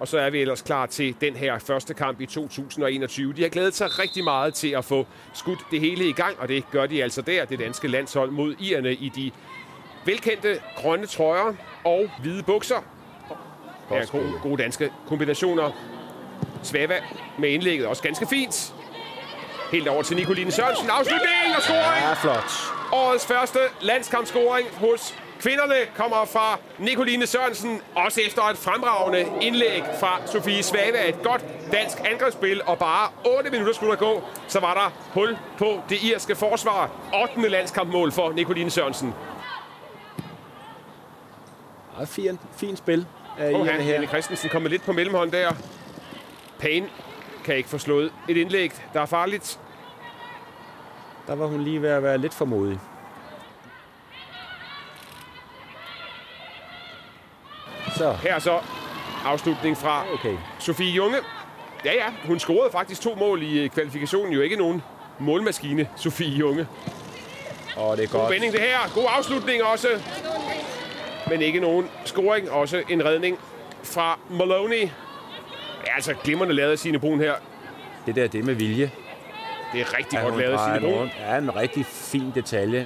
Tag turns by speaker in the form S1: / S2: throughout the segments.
S1: Og så er vi ellers klar til den her første kamp i 2021. De har glædet sig rigtig meget til at få skudt det hele i gang, og det gør de altså der, det danske landshold mod irerne i de velkendte grønne trøjer og hvide bukser. Her er gode, gode danske kombinationer. Svava med indlægget også ganske fint. Helt over til Nicoline Sørensen. Afslutning og scoring!
S2: Ja, flot.
S1: Årets første landskampscoring hos kvinderne kommer fra Nicoline Sørensen. Også efter et fremragende indlæg fra Sofie Svave. Et godt dansk angrebsspil, og bare 8 minutter skulle der gå, så var der hul på det irske forsvar. 8. landskampmål for Nicoline Sørensen.
S2: Meget fint, fint spil af
S1: Og
S2: irerne
S1: han,
S2: her.
S1: Helle Christensen, kommer lidt på mellemhånd der. Payne kan ikke få slået et indlæg, der er farligt.
S2: Der var hun lige ved at være lidt for modig. Så,
S1: Her er så afslutning fra
S2: okay.
S1: Sofie Junge. Ja, ja, hun scorede faktisk to mål i øh, kvalifikationen. Jo ikke nogen målmaskine, Sofie Junge.
S2: Og det er
S1: God
S2: godt.
S1: vending det her. God afslutning også. Men ikke nogen scoring. Også en redning fra Maloney. Ja, altså glimrende lavet af Signe Brun her.
S2: Det der, det er med vilje.
S1: Det er rigtig
S2: at
S1: godt
S2: hun
S1: lavet af
S2: drejer
S1: Signe
S2: den
S1: Brun.
S2: rundt. Ja, en rigtig fin detalje.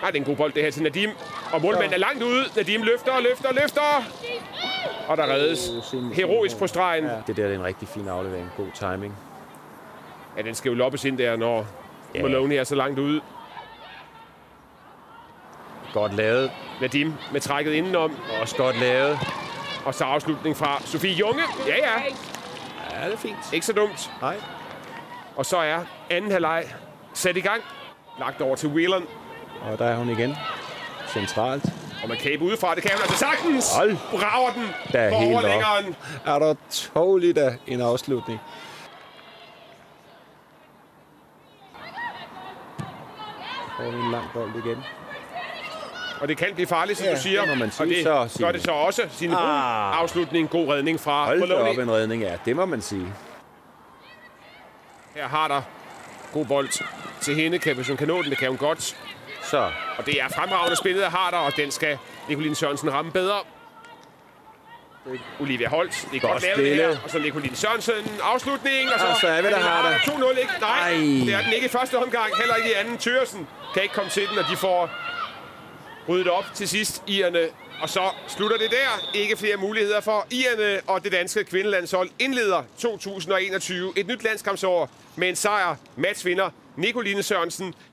S1: Nej, Ah, det er en god bold, det her til Nadim. Og målmanden er langt ude. Nadim løfter, løfter, løfter. Og der reddes heroisk på stregen.
S2: Ja. Det der det er en rigtig fin aflevering. God timing.
S1: Ja, den skal jo loppes ind der, når
S2: Ja.
S1: Maloney er så langt ude.
S2: Godt lavet.
S1: Nadim med trækket indenom.
S2: Også godt lavet.
S1: Og så afslutning fra Sofie Junge. Ja, ja.
S2: Ja, det er fint.
S1: Ikke så dumt.
S2: Nej.
S1: Og så er anden halvleg sat i gang. Lagt over til Whelan.
S2: Og der er hun igen. Centralt.
S1: Og man kan udefra. Det kan hun altså sagtens.
S2: Hold
S1: Brager den
S2: da
S1: på
S2: helt op.
S1: overlæggeren.
S2: Er der tåligt af en afslutning? Får vi en lang bold igen.
S1: Og det kan blive farligt, som
S2: Ja,
S1: du siger.
S2: det må man sige
S1: og det
S2: så,
S1: gør
S2: Signe.
S1: det så også. Sin
S2: Ah.
S1: afslutning. God redning fra
S2: Hold da op
S1: Maloney.
S2: en redning, ja. Det må man sige.
S1: Her har der god bold til hende. Kan, hvis hun kan nå den, det kan hun godt.
S2: Så,
S1: Og det er fremragende spillet af Harder, og den skal Nicoline Sørensen ramme bedre. Olivia Holt, det er godt,
S2: Godt
S1: lavet det her.
S2: spillet.
S1: Og så Nicoline Sørensen, afslutning. Og så,
S2: Og så er vi der,
S1: Pernille
S2: Harder.
S1: 2-0, ikke? Nej,
S2: Ej.
S1: det er den ikke i første omgang, heller ikke i anden. Tøresen kan ikke komme til den, og de får ryddet op til sidst, Irerne. Og så slutter det der. Ikke flere muligheder for Irerne og det danske kvindelandshold indleder 2021. Et nyt landskampsår med en sejr. Matchvinder Nicoline Sørensen